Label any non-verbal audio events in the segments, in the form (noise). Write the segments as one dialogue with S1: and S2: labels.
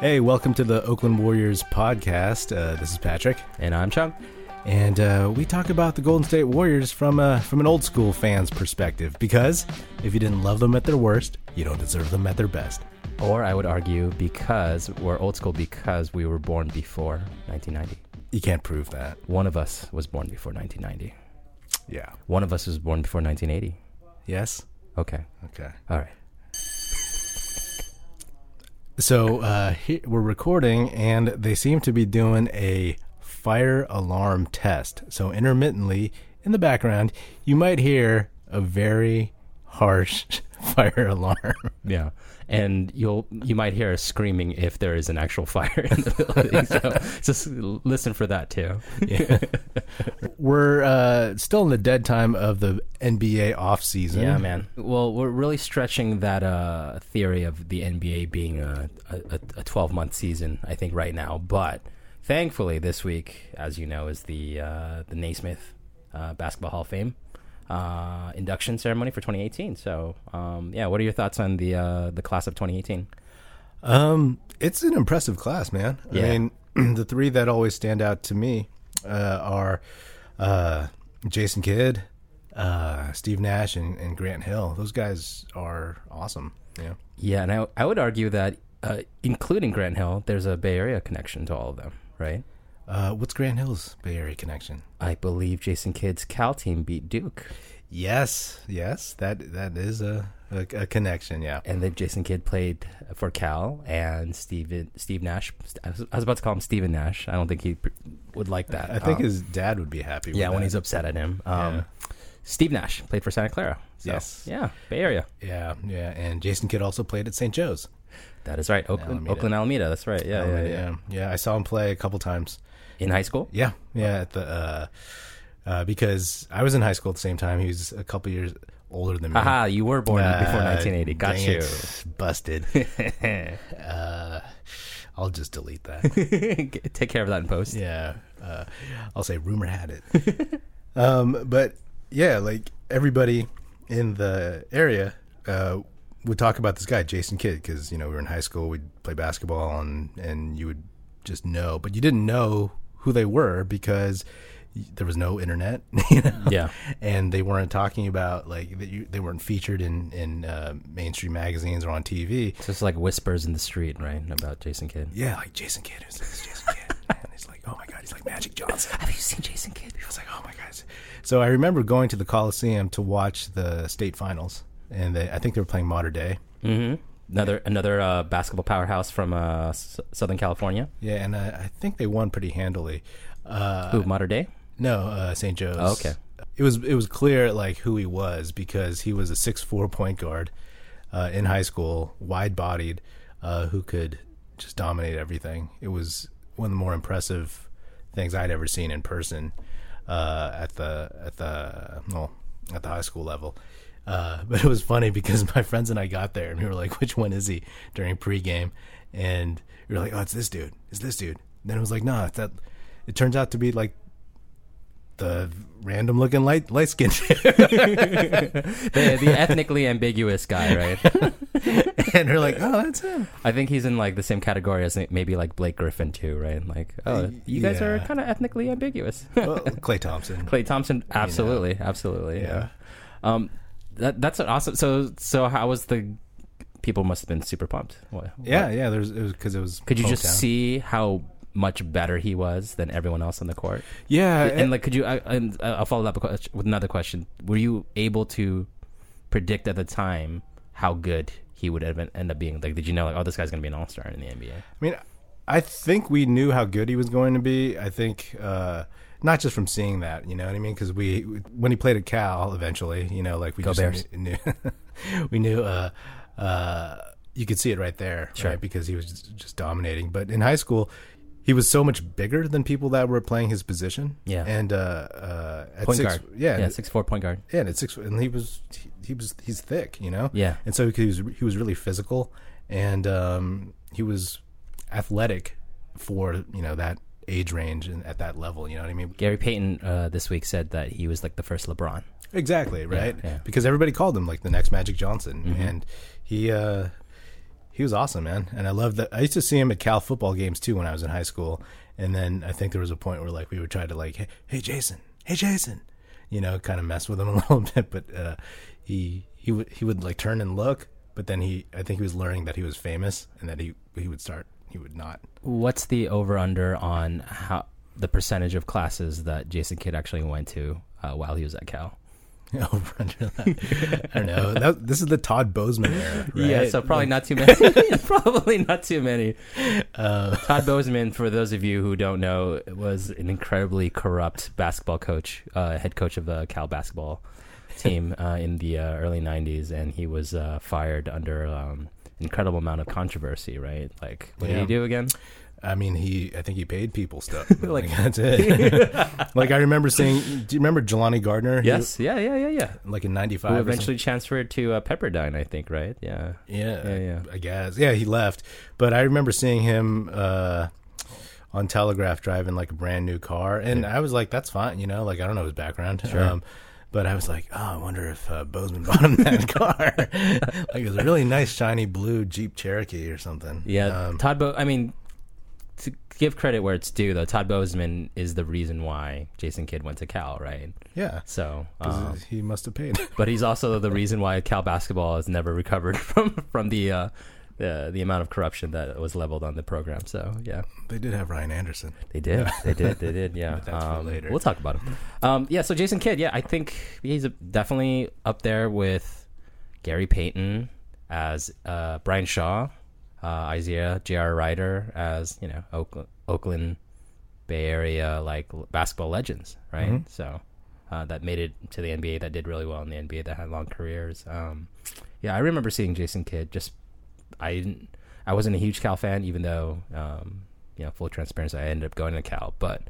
S1: Hey, welcome to the Oakland Warriors podcast. Uh, this is Patrick,
S2: And I'm Chung.
S1: and uh, we talk about the Golden State Warriors from uh, from an old school fan's perspective. Because if you didn't love them at their worst, you don't deserve them at their best.
S2: Or I would argue because we're old school because we were born before 1990.
S1: You can't prove that.
S2: One of us was born before 1990.
S1: Yeah.
S2: One of us was born before 1980.
S1: Yes.
S2: Okay.
S1: Okay.
S2: All right.
S1: So uh, he- we're recording, and they seem to be doing a fire alarm test. So intermittently, in the background, you might hear a very harsh (laughs) fire alarm.
S2: Yeah. And you'll you might hear us screaming if there is an actual fire (laughs) in the building. so just listen for that too.
S1: We're uh, still in the dead time of the NBA offseason.
S2: Yeah, man. Mm-hmm. Well, we're really stretching that uh, theory of the NBA being a a- a twelve month season. I think right now, but thankfully this week, as you know, is the uh, the Naismith uh, Basketball Hall of Fame uh, induction ceremony for 2018. So, um, yeah, what are your thoughts on the uh, the class of 2018?
S1: Um, it's an impressive class, man.
S2: Yeah.
S1: I mean, (clears throat) the three that always stand out to me uh, are uh, Jason Kidd, uh, Steve Nash, and, and Grant Hill. Those guys are awesome. Yeah.
S2: Yeah, and I I would argue that uh, including Grant Hill, there's a Bay Area connection to all of them, right?
S1: Uh, what's Grant Hill's Bay Area connection?
S2: I believe Jason Kidd's Cal team beat Duke.
S1: Yes, yes, that that is a a, a connection. Yeah.
S2: and then Jason Kidd played for Cal, and Steven Steve Nash. I was, I was about to call him Steven Nash. I don't think he pr- would like that.
S1: I think
S2: Um,
S1: his dad would be happy.
S2: yeah,
S1: with
S2: when
S1: that.
S2: he's upset at him. Um,
S1: Yeah.
S2: Steve Nash played for Santa Clara. So,
S1: Yes.
S2: Yeah, Bay Area.
S1: yeah, yeah, and Jason Kidd also played at St. Joe's.
S2: That is right. Oakland,
S1: Alameda.
S2: Oakland Alameda. That's right. Yeah, yeah, yeah,
S1: yeah, yeah. I saw him play a couple times.
S2: In high school.
S1: Yeah, yeah. At the uh, uh, because I was in high school at the same time. He was a couple years older than me.
S2: Haha, you were born
S1: Uh,
S2: before 1980. Got
S1: dang
S2: you.
S1: it. busted.
S2: (laughs)
S1: uh, I'll just delete that.
S2: (laughs) Take care of that in post.
S1: yeah, uh, I'll say rumor had it. (laughs) um, but yeah, like everybody in the area. Uh, would talk about this guy Jason Kidd because you know we were in high school. We'd play basketball and and you would just know, but you didn't know who they were because y- there was no internet. (laughs) You know?
S2: Yeah.
S1: and they weren't talking about like that you, they weren't featured in in uh, mainstream magazines or on TV.
S2: It's just like whispers in the street, right, about Jason Kidd.
S1: Yeah, like Jason Kidd. Who's this Jason Kidd? (laughs) and he's like, oh my god, he's like Magic Johnson.
S2: Have you seen Jason Kidd?
S1: I was like, oh my god. So I remember going to the Coliseum to watch the state finals, and they, I think they were playing Modern Day.
S2: hmm Another another uh, basketball powerhouse from uh, S- Southern California.
S1: Yeah, and I, I think they won pretty handily. Uh,
S2: Who, modern day?
S1: No, uh, St. Joe's.
S2: Oh, okay.
S1: It was it was clear like who he was because he was a six four point guard uh, in high school, wide bodied, uh, who could just dominate everything. It was one of the more impressive things I'd ever seen in person uh, at the at the well at the high school level. Uh, (laughs) but it was funny because my friends and I got there and we were like, "Which one is he?" during pregame, and we were like, "Oh, it's this dude. It's this dude." then it was like, "No, it's that." It turns out to be like the random looking light light skin (laughs)
S2: (laughs) the, the ethnically ambiguous guy, right?
S1: and they're like oh that's
S2: (laughs)
S1: him
S2: I think he's in like the same category as maybe like Blake Griffin too, right? Like, oh, you guys are
S1: Uh, yeah.
S2: kind of ethnically ambiguous. (laughs)
S1: well, clay thompson
S2: Clay Thompson, absolutely, absolutely,
S1: Yeah.
S2: Um, that that's an awesome. So so how was the people must have been super pumped. What,
S1: yeah yeah there's it was because it was
S2: Could you just
S1: hometown.
S2: see how much better he was than everyone else on the court?
S1: yeah
S2: and like could you I, and uh, i'll follow up a ques- with another question were you able to predict at the time how good he would have end up being like did you know like oh this guy's gonna be an all-star in the nba
S1: I mean, I think we knew how good he was going to be. I think uh, not just from seeing that, you know what I mean? Because we, when he played at Cal, eventually, you know, like we just
S2: Bears.
S1: knew, knew- (laughs) we knew. Uh, uh, you could see it right there, right? Because he was just, just dominating. But in high school, he was so much bigger than people that were playing his position.
S2: Yeah.
S1: and uh, uh, at
S2: point
S1: six,
S2: guard
S1: yeah,
S2: yeah six four point guard
S1: yeah, and it's six, and he was he, he was he's thick, you know.
S2: Yeah.
S1: And so he was he was really physical, and um, he was athletic for you know that age range and at that level. You know what I mean?
S2: gary payton uh, this week said that he was like the first lebron
S1: Exactly right.
S2: yeah. Mm-hmm.
S1: Because everybody called him like the next Magic Johnson, and he uh, he was awesome, man. And I loved that. I used to see him at Cal football games too when I was in high school. And then I think there was a point where like we would try to like, hey, hey Jason, hey Jason, you know, kind of mess with him (laughs) a little bit. But uh, he he would he would like turn and look. But then he, I think he was learning that he was famous and that he he would start. He would not. (laughs)
S2: What's the over under on how the percentage of classes that Jason Kidd actually went to uh, while he was at Cal?
S1: over under that. I don't know. That, this is the Todd Bozeman era. Right?
S2: (laughs) Yeah, so probably (laughs) not too many. probably not too many. (laughs) Todd Bozeman, for those of you who don't know, was an incredibly corrupt basketball coach, uh, head coach of the Cal basketball (laughs) team uh, in the uh, early '90s, and he was uh, fired under um, incredible amount of controversy. Right? Like, what did
S1: Yeah.
S2: he do again?
S1: I mean, he. I think he paid people
S2: (laughs)
S1: stuff. like that's it. like I remember seeing. Do you remember Jelani Gardner? He-
S2: Yes. Yeah. Yeah. Yeah. Yeah.
S1: like in '95.
S2: Who
S1: or
S2: eventually transferred to uh, Pepperdine, I think. Right? Yeah.
S1: Yeah,
S2: Yeah, yeah.
S1: I guess. Yeah, he left, but I remember seeing him uh, on Telegraph driving like a brand new car, and I was like, "That's fine," you know. Like I don't know his background, um, but I was like, "Oh, I wonder if uh, Bozeman (laughs) bought him that car." like it was a really nice, shiny blue Jeep Cherokee or something.
S2: Yeah,
S1: Um,
S2: Todd. Bo- I mean, to give credit where it's due, though, Todd Bozeman is the reason why Jason Kidd went to Cal, right?
S1: yeah.
S2: So,
S1: 'Cause
S2: um,
S1: he must have paid. (laughs)
S2: but he's also the reason why Cal basketball has never recovered (laughs) from from the uh, the the amount of corruption that was leveled on the program. So, yeah.
S1: they did have Ryan Anderson.
S2: They did. They did.
S1: (laughs)
S2: They did. Yeah.
S1: that's for
S2: Um,
S1: later.
S2: We'll talk about him. Um, yeah. So Jason Kidd. Yeah, I think he's a, definitely up there with Gary Payton as uh, Brian Shaw, uh, Isaiah J.R. Ryder as you know Oakland, Oakland Bay Area like l- basketball legends, right?
S1: Mm-hmm.
S2: So uh, that made it to the NBA. That did really well in the NBA. That had long careers. Um, yeah, I remember seeing Jason Kidd. Just I didn't. I wasn't a huge Cal fan, even though um, you know full transparency, I ended up going to Cal. But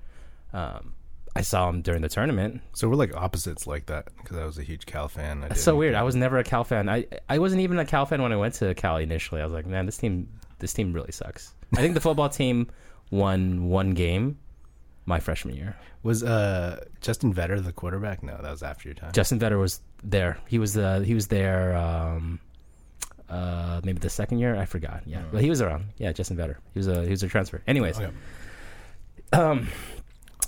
S2: um, I saw him during the tournament.
S1: So we're like opposites like that because I was a huge Cal fan. I
S2: It's so
S1: didn't-
S2: weird. I was never a Cal fan. I I wasn't even a Cal fan when I went to Cal initially. I was like, man, this team this team really sucks. I think the football team won one game my freshman year.
S1: Was uh, Justin Vetter the quarterback? No, that was after your time.
S2: Justin Vetter was there. He was the he was there. Um, uh, maybe the second year. I forgot. Yeah, but he was around. Yeah, Justin Vetter. He was a he was a transfer. Anyways,
S1: Okay.
S2: um,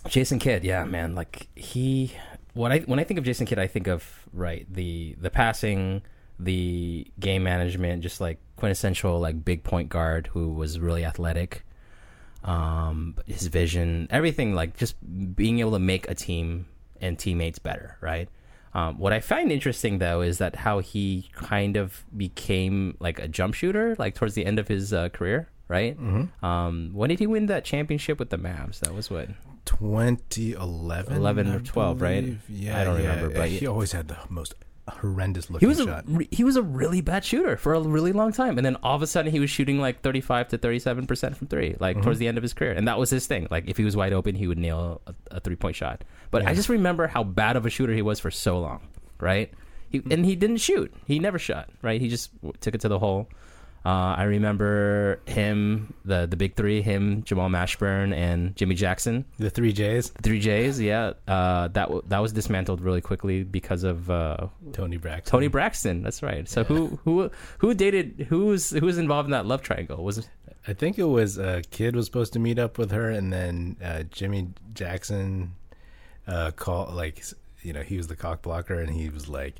S2: Jason Kidd. Yeah, man. Like he, what I when I think of Jason Kidd, I think of right the the passing, the game management, just like quintessential like big point guard who was really athletic. Um, his vision, everything like just being able to make a team and teammates better, right? Um, what I find interesting though is that how he kind of became like a jump shooter, like towards the end of his uh, career, right? Um, when did he win that championship with the Mavs? That was what
S1: 2011
S2: 11 or
S1: I
S2: 12, right?
S1: believe. yeah
S2: I don't
S1: yeah,
S2: remember,
S1: yeah.
S2: but-
S1: he always had the most horrendous
S2: he
S1: looking
S2: was a
S1: shot
S2: re- he was a really bad shooter for a really long time, and then all of a sudden he was shooting like thirty five to thirty seven percent from three, like towards the end of his career, and that was his thing. Like if he was wide open, he would nail a, a three point shot. But I just remember how bad of a shooter he was for so long, right? He, and he didn't shoot. He never shot. Right? He just w- took it to the hole. Uh, I remember him, the the big three, him, Jamal Mashburn, and Jimmy Jackson.
S1: the three j's
S2: Three J's, yeah. Uh, that w- that was dismantled really quickly because of uh,
S1: tony braxton
S2: Tony Braxton. That's right. So who who who dated who was who was involved in that love triangle? Was
S1: i think it was a kid was supposed to meet up with her and then uh, jimmy jackson uh, call like s- you know he was the cock blocker and he was like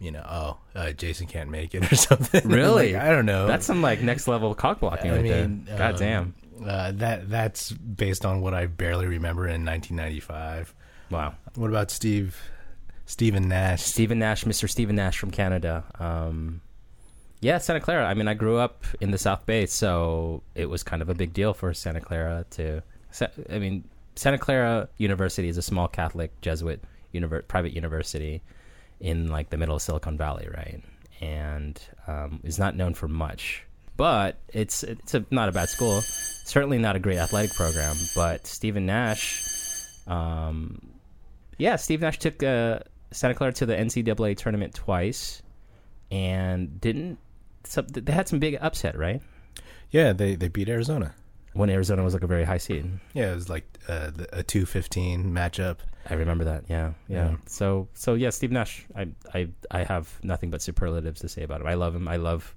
S1: you know oh uh, jason can't make it or (laughs) something
S2: Really?
S1: Like, i don't know
S2: that's some like next level cock blocking right there. God
S1: um,
S2: damn!
S1: uh, that that's based on what i barely remember in 1995
S2: Wow.
S1: what about steve Stephen Nash.
S2: Stephen Nash, Mr. Stephen Nash from Canada. Um, yeah, Santa Clara. I mean, I grew up in the South Bay, so it was kind of a big deal for Santa Clara to. Sa- I mean, Santa Clara University is a small Catholic Jesuit univer- private university in like the middle of Silicon Valley, right? And um, is not known for much, but it's it's a, not a bad school. Certainly not a great athletic program, but Stephen Nash. Um, yeah, Steve Nash took uh, Santa Clara to the NCAA tournament twice, and didn't. So they had some big upset, right?
S1: Yeah, they, they beat Arizona.
S2: When Arizona was like a very high seed.
S1: Yeah, it was like uh, the- a two fifteen matchup.
S2: I remember that. Yeah, yeah.
S1: Yeah.
S2: So, so yeah, Steve Nash. I, I, I have nothing but superlatives to say about him. I love him. I love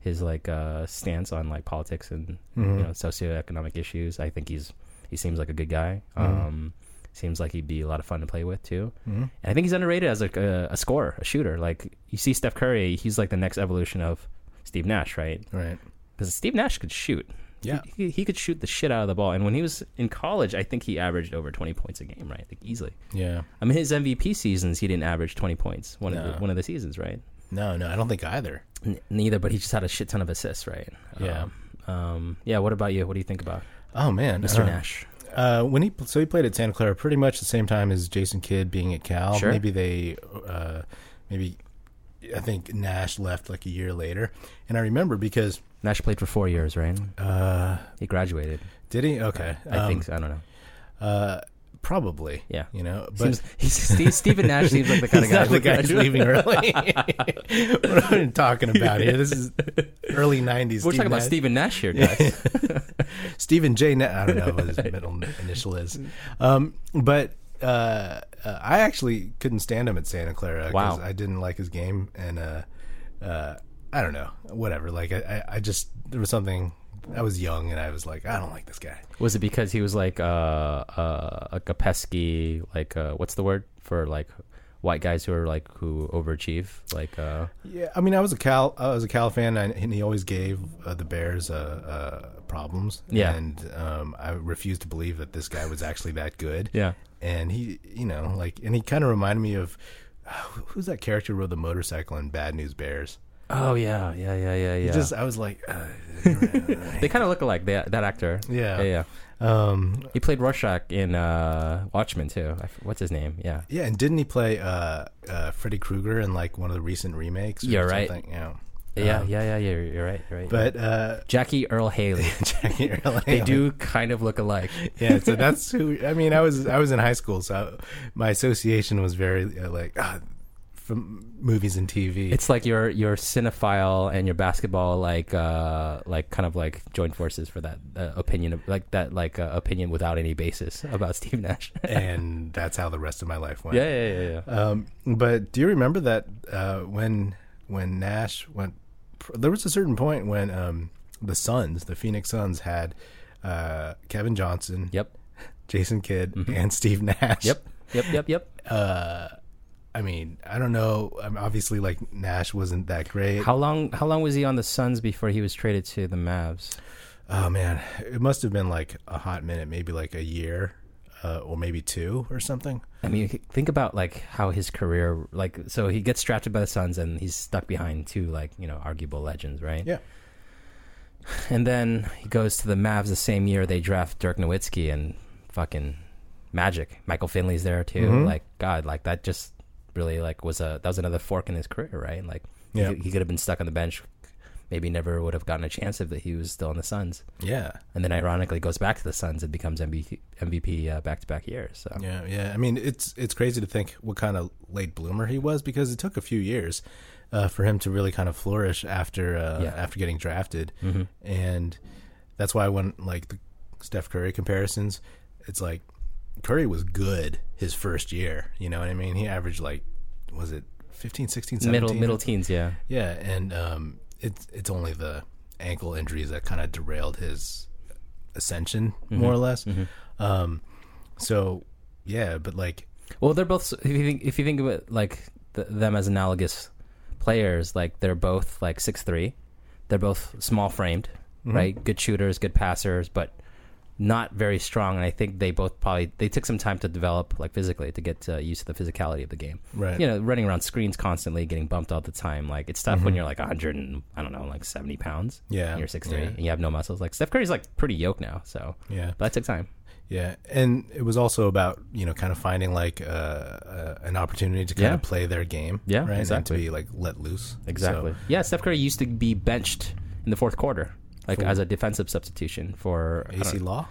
S2: his like uh, stance on like politics and
S1: Mhm.
S2: you know socioeconomic issues. I think he's he seems like a good guy.
S1: Mhm.
S2: Um, seems like he'd be a lot of fun to play with too.
S1: Mhm.
S2: And I think he's underrated as like a, a scorer, a shooter. Like you see Steph Curry, he's like the next evolution of Steve Nash, right?
S1: Right.
S2: Because Steve Nash could shoot.
S1: Yeah.
S2: He, he could shoot the shit out of the ball. And when he was in college, I think he averaged over 20 points a game, right? Like easily.
S1: Yeah.
S2: I mean, his MVP seasons, he didn't average 20 points one, of,
S1: No.
S2: the, one of the seasons, right?
S1: No, no, I don't think either.
S2: N- neither, but he just had a shit ton of assists, right?
S1: Yeah.
S2: Um, um, yeah, what about you? What do you think about
S1: Oh man,
S2: Mr.
S1: Uh,
S2: Nash?
S1: Uh, when he so he played at Santa Clara pretty much the same time as Jason Kidd being at Cal.
S2: Sure.
S1: Maybe they, uh, maybe I think Nash left like a year later, and I remember because
S2: Nash played for four years, right?
S1: uh,
S2: He graduated.
S1: did he? Okay,
S2: I
S1: um,
S2: think so. I don't know.
S1: uh, probably.
S2: Yeah.
S1: You
S2: (laughs)
S1: know, but
S2: Seems, he's, Steve, Stephen Nash seems like the
S1: (laughs)
S2: kind
S1: He's
S2: of guy.
S1: not
S2: who
S1: the guy
S2: would
S1: who's
S2: graduate.
S1: leaving early. (laughs) what are we talking about here? This is early '90s.
S2: (laughs) We're
S1: Steve
S2: talking about
S1: Nash.
S2: Stephen Nash here, guys.
S1: Stephen J. Na- I don't know
S2: (laughs)
S1: what his middle initial is, um, but uh, uh, I actually couldn't stand him at Santa Clara. 'cause
S2: Wow.
S1: I didn't like his game, and uh, uh, I don't know, whatever. Like I, I, I just there was something. I was young, and I was like, I don't like this guy.
S2: Was it because he was like uh, uh, like a pesky like uh, what's the word for like white guys who are like who overachieve like uh,
S1: Yeah, I mean, I was a Cal, I was a Cal fan, and, and he always gave uh, the Bears uh, uh, problems.
S2: Yeah.
S1: and um, I refused to believe that this guy was actually that good.
S2: yeah
S1: and he you know like and he kind of reminded me of who's that character who rode the motorcycle in bad news bears
S2: oh yeah yeah yeah yeah yeah
S1: just i was like uh,
S2: they kind of look alike that that actor
S1: Yeah.
S2: yeah yeah
S1: um
S2: he played Rorschach in uh, Watchmen too I f what's his name yeah
S1: yeah and didn't he play uh uh freddy krueger in like one of the recent remakes or
S2: You're right.
S1: something? yeah
S2: yeah
S1: Um,
S2: yeah yeah yeah you're, you're right you're right
S1: but uh (laughs)
S2: Jackie Earl (laughs) Haley
S1: Jackie Earle
S2: they
S1: Haley.
S2: do kind of look alike
S1: yeah so that's who i mean i was i was in high school so my association was very uh, like ah, from movies and tv
S2: (laughs) it's like your your cinephile and your basketball like uh like kind of like joined forces for that uh, opinion of- like that like uh, opinion without any basis (laughs) about Steve Nash.
S1: and that's how the rest of my life went
S2: yeah, yeah, yeah.
S1: Um, but do you remember that uh, when when Nash went, pr- there was a certain point when um, the Suns, the Phoenix Suns, had uh, Kevin Johnson,
S2: Yep.
S1: Jason Kidd, and Steve Nash.
S2: Mm-hmm. Yep. Yep. Yep. Yep.
S1: I mean, I don't know. Um, obviously, like Nash wasn't that great.
S2: How long? How long was he on the Suns before he was traded to the Mavs?
S1: oh man, it must have been like a hot minute, maybe like a year. Uh, or maybe two or something.
S2: I mean, think about like how his career, like, so he gets drafted by the Suns and he's stuck behind two, like, you know, arguable legends, right?
S1: Yeah.
S2: And then he goes to the Mavs the same year they draft Dirk Nowitzki and fucking Magic. Michael Finley's there too.
S1: Mm-hmm.
S2: Like God, like that just really like was a that was another fork in his career, right? Like he
S1: Yeah.
S2: could- he, could have been stuck on the bench, maybe never would have gotten a chance if he was still in the Suns.
S1: Yeah.
S2: And then ironically goes back to the Suns and becomes MVP MVP uh, back to back years. So
S1: Yeah, yeah. I mean, it's it's crazy to think what kind of late bloomer he was because it took a few years uh, for him to really kind of flourish after uh,
S2: Yeah. Mm-hmm.
S1: after getting drafted, and that's why when like the Steph Curry comparisons, it's like Curry was good his first year. You know what I mean? He averaged like was it 15, 16, 17?
S2: middle middle teens, yeah.
S1: Yeah, and um, it's it's only the ankle injuries that kind of derailed his ascension,
S2: Mm-hmm.
S1: more or less. Um, so yeah, but like
S2: Well, they're both. If you think, if you think about like th- them as analogous players, like they're both like six three. They're both small framed,
S1: Mm-hmm.
S2: right? Good shooters, good passers, but not very strong. And I think they both probably they took some time to develop, like physically, to get uh, used to the physicality of the game.
S1: Right.
S2: You know, running around screens constantly, getting bumped all the time. Like it's tough when you're like 100 and I don't know, like 70 pounds.
S1: Mm-hmm. Yeah.
S2: And you're six three
S1: Yeah.
S2: and you have no muscles. Like Steph Curry's like pretty yoked now, so
S1: Yeah.
S2: But that took time.
S1: yeah, and it was also about you know kind of finding like uh, uh, an opportunity to kind
S2: Yeah.
S1: of play their game,
S2: Yeah,
S1: right,
S2: exactly.
S1: and to be like let loose,
S2: Exactly.
S1: So,
S2: yeah, Steph Curry used to be benched in the fourth quarter, like as a defensive substitution for I
S1: AC
S2: don't-
S1: Law,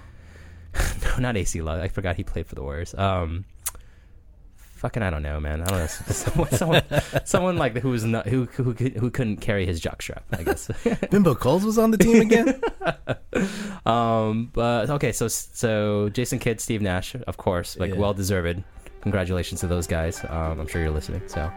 S2: (laughs) no, not AC Law. I forgot he played for the Warriors. Um, fucking, I don't know, man. I don't know. (laughs) Someone, someone, someone like who was not who who could- who couldn't carry his jock strap. I
S1: (laughs)
S2: guess.
S1: Bimbo Coles was on the team
S2: (laughs)
S1: again.
S2: um, but okay, so so Jason Kidd, Steve Nash, of course, like
S1: Yeah.
S2: well deserved. Congratulations to those guys. Um, I'm sure you're listening. So.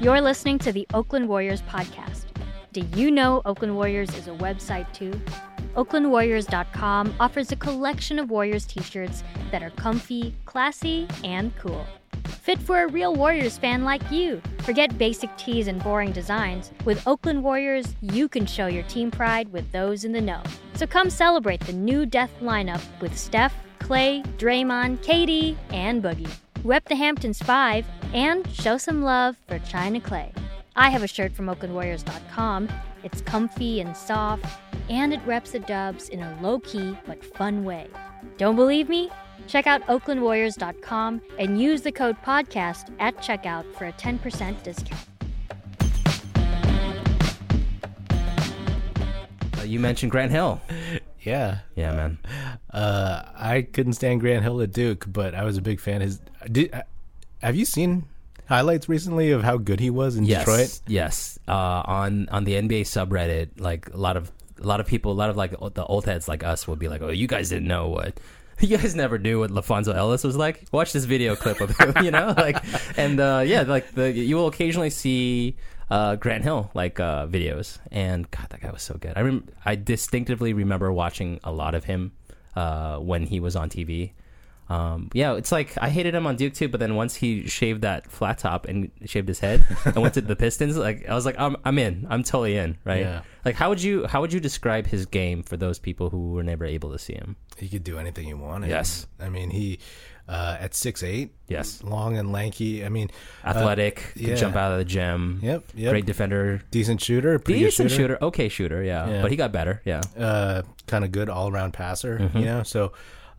S3: You're listening to the Oakland Warriors podcast. Do you know Oakland Warriors is a website too? OaklandWarriors.com offers a collection of Warriors t shirts that are comfy, classy, and cool. Fit for a real Warriors fan like you. Forget basic tees and boring designs. With Oakland Warriors, you can show your team pride with those in the know. So come celebrate the new death lineup with Steph, Clay, Draymond, Katie, and Boogie. Rep the Hamptons 5 and show some love for China Clay. I have a shirt from OaklandWarriors.com. It's comfy and soft, and it reps the dubs in a low key but fun way. Don't believe me? Check out OaklandWarriors.com and use the code PODCAST at checkout for a 10% discount.
S2: Uh, you mentioned Grant Hill.
S1: Yeah.
S2: Yeah, man.
S1: Uh, I couldn't stand Grant Hill at Duke, but I was a big fan. His did, uh, have you seen highlights recently of how good he was in
S2: Yes.
S1: Detroit?
S2: Yes. Uh, on on the NBA subreddit, like a lot of a lot of people, a lot of like o- the old heads like us will be like, "Oh, you guys didn't know what." (laughs) You guys never knew what Lafonso Ellis was like. Watch this video clip of him, (laughs) you know, like, and uh, yeah, like the you will occasionally see uh, Grant Hill like uh, videos, and God, that guy was so good. I rem- I distinctively remember watching a lot of him uh, when he was on TV. Um, yeah, it's like I hated him on Duke too, but then once he shaved that flat top and shaved his head and went
S1: (laughs)
S2: to the Pistons, like I was like, I'm I'm in, I'm totally in, right?
S1: Yeah.
S2: Like, how would you how would you describe his game for those people who were never able to see him?
S1: He could do anything he wanted.
S2: Yes.
S1: I mean he uh, at six eight.
S2: Yes.
S1: long and lanky. I mean,
S2: Athletic, could
S1: Uh, yeah.
S2: jump out of the gym,
S1: Yep, yep.
S2: great defender,
S1: decent shooter, pretty good
S2: decent shooter. okay shooter, yeah.
S1: Yeah.
S2: but he got better,
S1: (laughs)
S2: yeah.
S1: uh, kind of good all around passer,
S2: Mm-hmm.
S1: you know. So,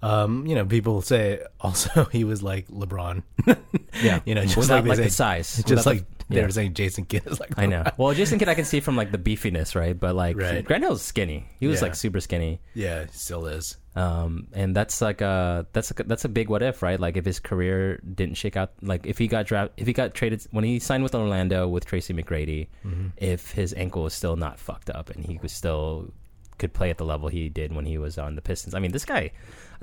S1: um, you know, people say also (laughs) he was like LeBron. (laughs)
S2: Yeah.
S1: you know, just like,
S2: Without,
S1: they
S2: like,
S1: say,
S2: the size.
S1: just
S2: Without
S1: like
S2: the-
S1: they
S2: yeah.
S1: were saying Jason Kidd is like.
S2: I know. Well, Jason Kidd, I can see from like the beefiness, right? But like
S1: Right.
S2: Grant Hill's skinny. He was
S1: Yeah.
S2: like super skinny.
S1: (laughs) Yeah, still is.
S2: Um, and that's like a that's a, that's a big what if, right? Like if his career didn't shake out, like if he got draft, if he got traded when he signed with Orlando with Tracy McGrady, if his ankle was still not fucked up and he was still could play at the level he did when he was on the Pistons. I mean, this guy.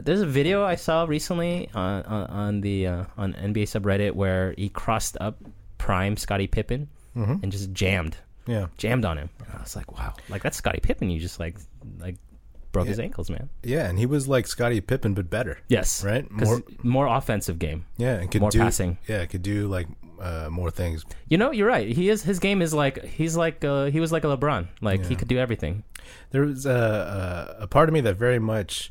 S2: There's a video I saw recently on on, on the uh, on NBA subreddit where he crossed up prime Scottie Pippen and just jammed
S1: Yeah,
S2: jammed on him. And I was like, wow, like that's Scottie Pippen. You just like like broke his ankles, man.
S1: yeah, and he was like Scottie Pippen, but better.
S2: Yes.
S1: Right?
S2: More
S1: More-
S2: more offensive game.
S1: Yeah, and could
S2: More
S1: do
S2: passing.
S1: Yeah, could do like uh, more things.
S2: You know, you're right. He is his game is like he's like uh, he was like a LeBron. Like he could do everything.
S1: There was a, a, a part of me that very much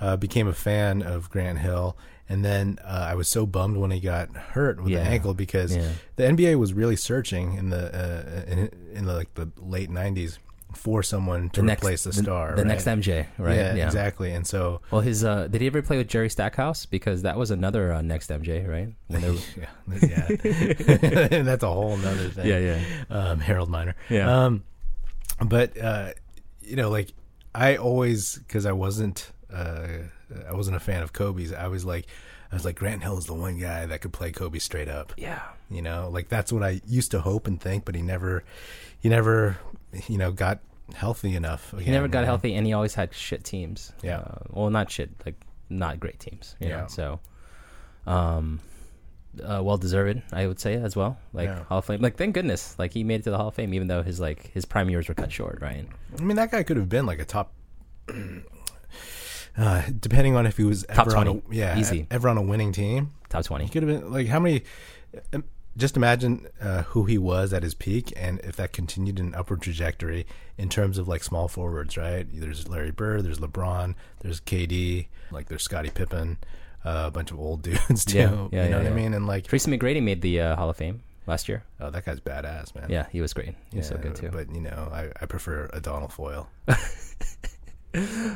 S1: uh, became a fan of Grant Hill, and then uh, I was so bummed when he got hurt with
S2: Yeah.
S1: the ankle because
S2: Yeah.
S1: the NBA was really searching in the uh, in, in the, like the late '90s for someone to replace the star.
S2: The,
S1: right?
S2: next MJ, right?
S1: yeah, exactly. And so,
S2: Well, his uh, did he ever play with Jerry Stackhouse? Because that was another uh, next MJ, right? When they were-
S1: yeah, yeah.
S2: (laughs)
S1: (laughs) and that's a whole nother thing.
S2: yeah, yeah,
S1: um, Harold Miner.
S2: Yeah.
S1: Um, but uh, you know, like I always because I wasn't uh, I wasn't a fan of Kobe's. I was like, I was like Grant Hill is the one guy that could play Kobe straight up.
S2: yeah.
S1: You know, like that's what I used to hope and think, but he never, he never, you know, got healthy enough.
S2: He never got healthy, and he always had shit teams.
S1: Yeah.
S2: Uh, well, not shit, like not great teams. You
S1: Yeah.
S2: Know? So, um, uh, well deserved, I would say as well. Like
S1: Yeah.
S2: Hall of Fame. Like thank goodness, like he made it to the Hall of Fame, even though his like his prime years were cut short, right?
S1: I mean, that guy could have been like a top. Uh, depending on if he was
S2: Top
S1: ever on a
S2: 20.
S1: yeah e-,
S2: Easy.
S1: ever on a winning team,
S2: Top twenty.
S1: He could have been like how many? um, Just imagine uh, who he was at his peak, and if that continued an upward trajectory in terms of like small forwards, right? There's Larry Bird, there's LeBron, there's KD, like there's Scottie Pippen, uh, a bunch of old (laughs) dudes too.
S2: Yeah,
S1: you
S2: yeah,
S1: know
S2: yeah,
S1: what
S2: yeah.
S1: I mean? And like,
S2: Tracy McGrady made the uh, Hall of Fame last year.
S1: oh, that guy's badass, man.
S2: Yeah, he was great. He was so
S1: Yeah,
S2: good too.
S1: But you know, I, I prefer a Donald Foyle.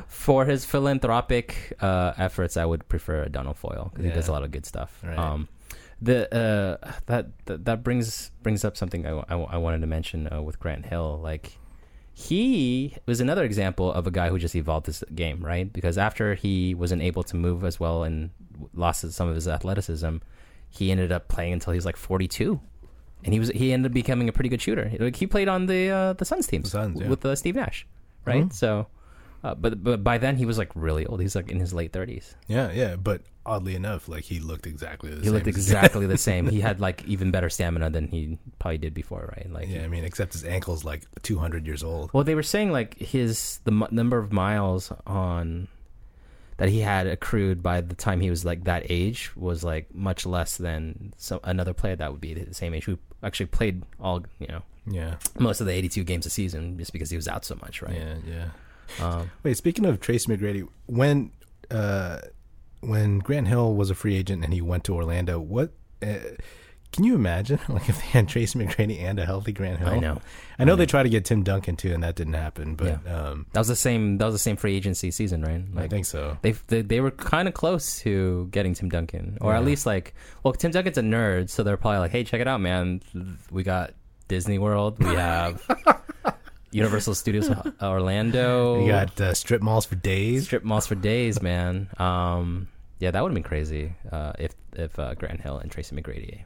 S2: for his philanthropic uh, efforts, I would prefer Donald Foyle because he does a lot of good stuff.
S1: Right.
S2: Um, the uh, that, that that brings brings up something I, wa- I, wa- I wanted to mention uh, with Grant Hill. Like he was another example of a guy who just evolved this game, right? Because after he wasn't able to move as well and w- lost some of his athleticism, he ended up playing until he was like forty two. And he was he ended up becoming a pretty good shooter. Like he played on the uh, the Suns team
S1: Suns, yeah.
S2: with uh, Steve Nash, right? So Uh, but but by then he was like really old. He's like in his late thirties.
S1: Yeah, yeah. But oddly enough, like he looked exactly the
S2: He
S1: same.
S2: looked
S1: as-
S2: exactly the same. He had like even better stamina than he probably did before, right? Like
S1: Yeah, I mean, except his ankle's like 200 years old.
S2: Well, they were saying like his the m- number of miles on that he had accrued by the time he was like that age was like much less than some another player that would be the same age who actually played all you know
S1: Yeah,
S2: most of the 82 games a season just because he was out so much, right?
S1: yeah, yeah.
S2: Um,
S1: Wait, speaking of Tracy McGrady, when uh, when Grant Hill was a free agent and he went to Orlando, what uh, can you imagine? (laughs) Like if they had Tracy McGrady and a healthy Grant Hill,
S2: I know.
S1: I know, they tried to get Tim Duncan too, and that didn't happen. But um,
S2: That was the same. That was the same free agency season, right?
S1: I
S2: Like
S1: think so.
S2: they they, they were kind of close to getting Tim Duncan, or at least like, well, Tim Duncan's a nerd, so they're probably like, hey, check it out, man. We got Disney World. We
S1: (laughs)
S2: have Universal Studios Orlando.
S1: You got uh, strip malls for days.
S2: strip malls for days, man. Um, yeah, that would have been crazy uh, if if uh, Grant Hill and Tracy McGrady.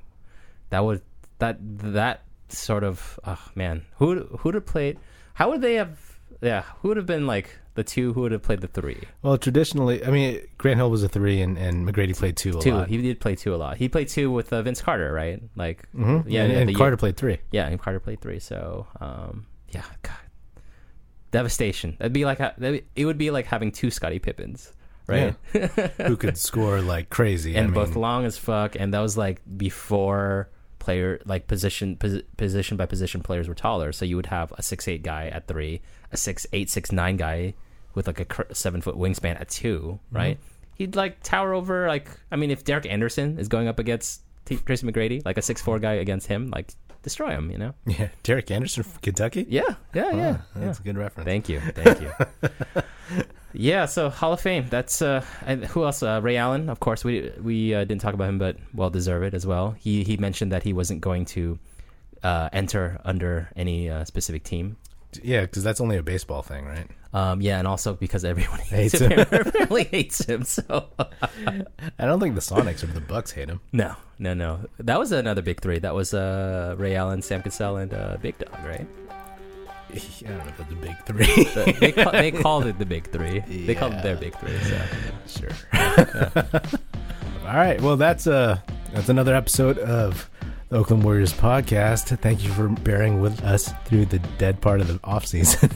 S2: That would that that sort of oh, man who who'd have played? How would they have? Yeah, who would have been like the two? Who would have played the three?
S1: Well, traditionally, I mean, Grant Hill was a three, and, and McGrady played two a
S2: Two.
S1: lot.
S2: He did play two a lot. He played two with uh, Vince Carter, right? Like
S1: Mhm.
S2: yeah,
S1: and,
S2: yeah,
S1: and
S2: the-
S1: Carter played three.
S2: Yeah, and Carter played three. So um, yeah, God, devastation. That'd be like ha- that'd be, it would be like having two Scottie Pippins, right?
S1: (laughs) who could score like crazy.
S2: and
S1: I
S2: both
S1: mean,
S2: long as fuck. And that was like before player like position posi- position by position players were taller. So you would have a six eight guy at three, a six eight six nine guy with like a cur- seven foot wingspan at two, right? He'd like tower over like I mean, if Derek Anderson is going up against T- Tracy McGrady, like a six four guy against him, like destroy him, you know?
S1: yeah, Derek Anderson from Kentucky.
S2: Yeah, yeah, yeah.
S1: Oh, that's a good reference.
S2: Thank you, thank (laughs) you. yeah, so Hall of Fame. That's uh, and who else? Uh, Ray Allen, of course. We we uh, didn't talk about him, but well deserved as well. He he mentioned that he wasn't going to uh, enter under any uh, specific team.
S1: Yeah, because that's only a baseball thing, right?
S2: Um, yeah, and also because everyone (laughs) hates,
S1: Hates
S2: him,
S1: him.
S2: really hates him. So (laughs)
S1: I don't think the Sonics or the Bucks hate him. (laughs)
S2: no, no, no. That was another big three. That was uh, Ray Allen, Sam Cassell, and uh, Big Dog, right?
S1: I don't know about the big three. (laughs)
S2: They, ca- (laughs) they called it the big three. They called it their big three. So.
S1: sure. All right. Well, that's uh that's another episode of the Oakland Warriors podcast. Thank you for bearing with us through the dead part of the off season.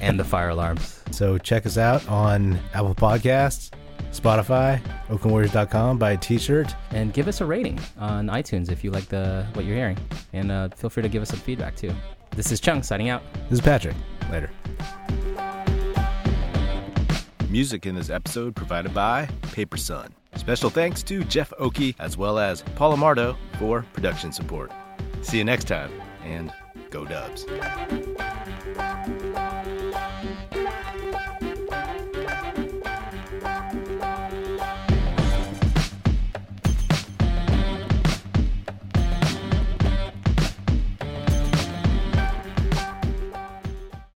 S2: and the fire alarms.
S1: (laughs) so check us out on Apple Podcasts, Spotify, OaklandWarriors.com. Buy a T-shirt.
S2: and give us a rating on iTunes if you like the what you're hearing, and uh, feel free to give us some feedback too. This is Chung signing out.
S1: This is Patrick. Later.
S4: Music in this episode provided by Paper Sun. Special thanks to Jeff Oakey as well as Paul Amardo for production support. See you next time, and go Dubs.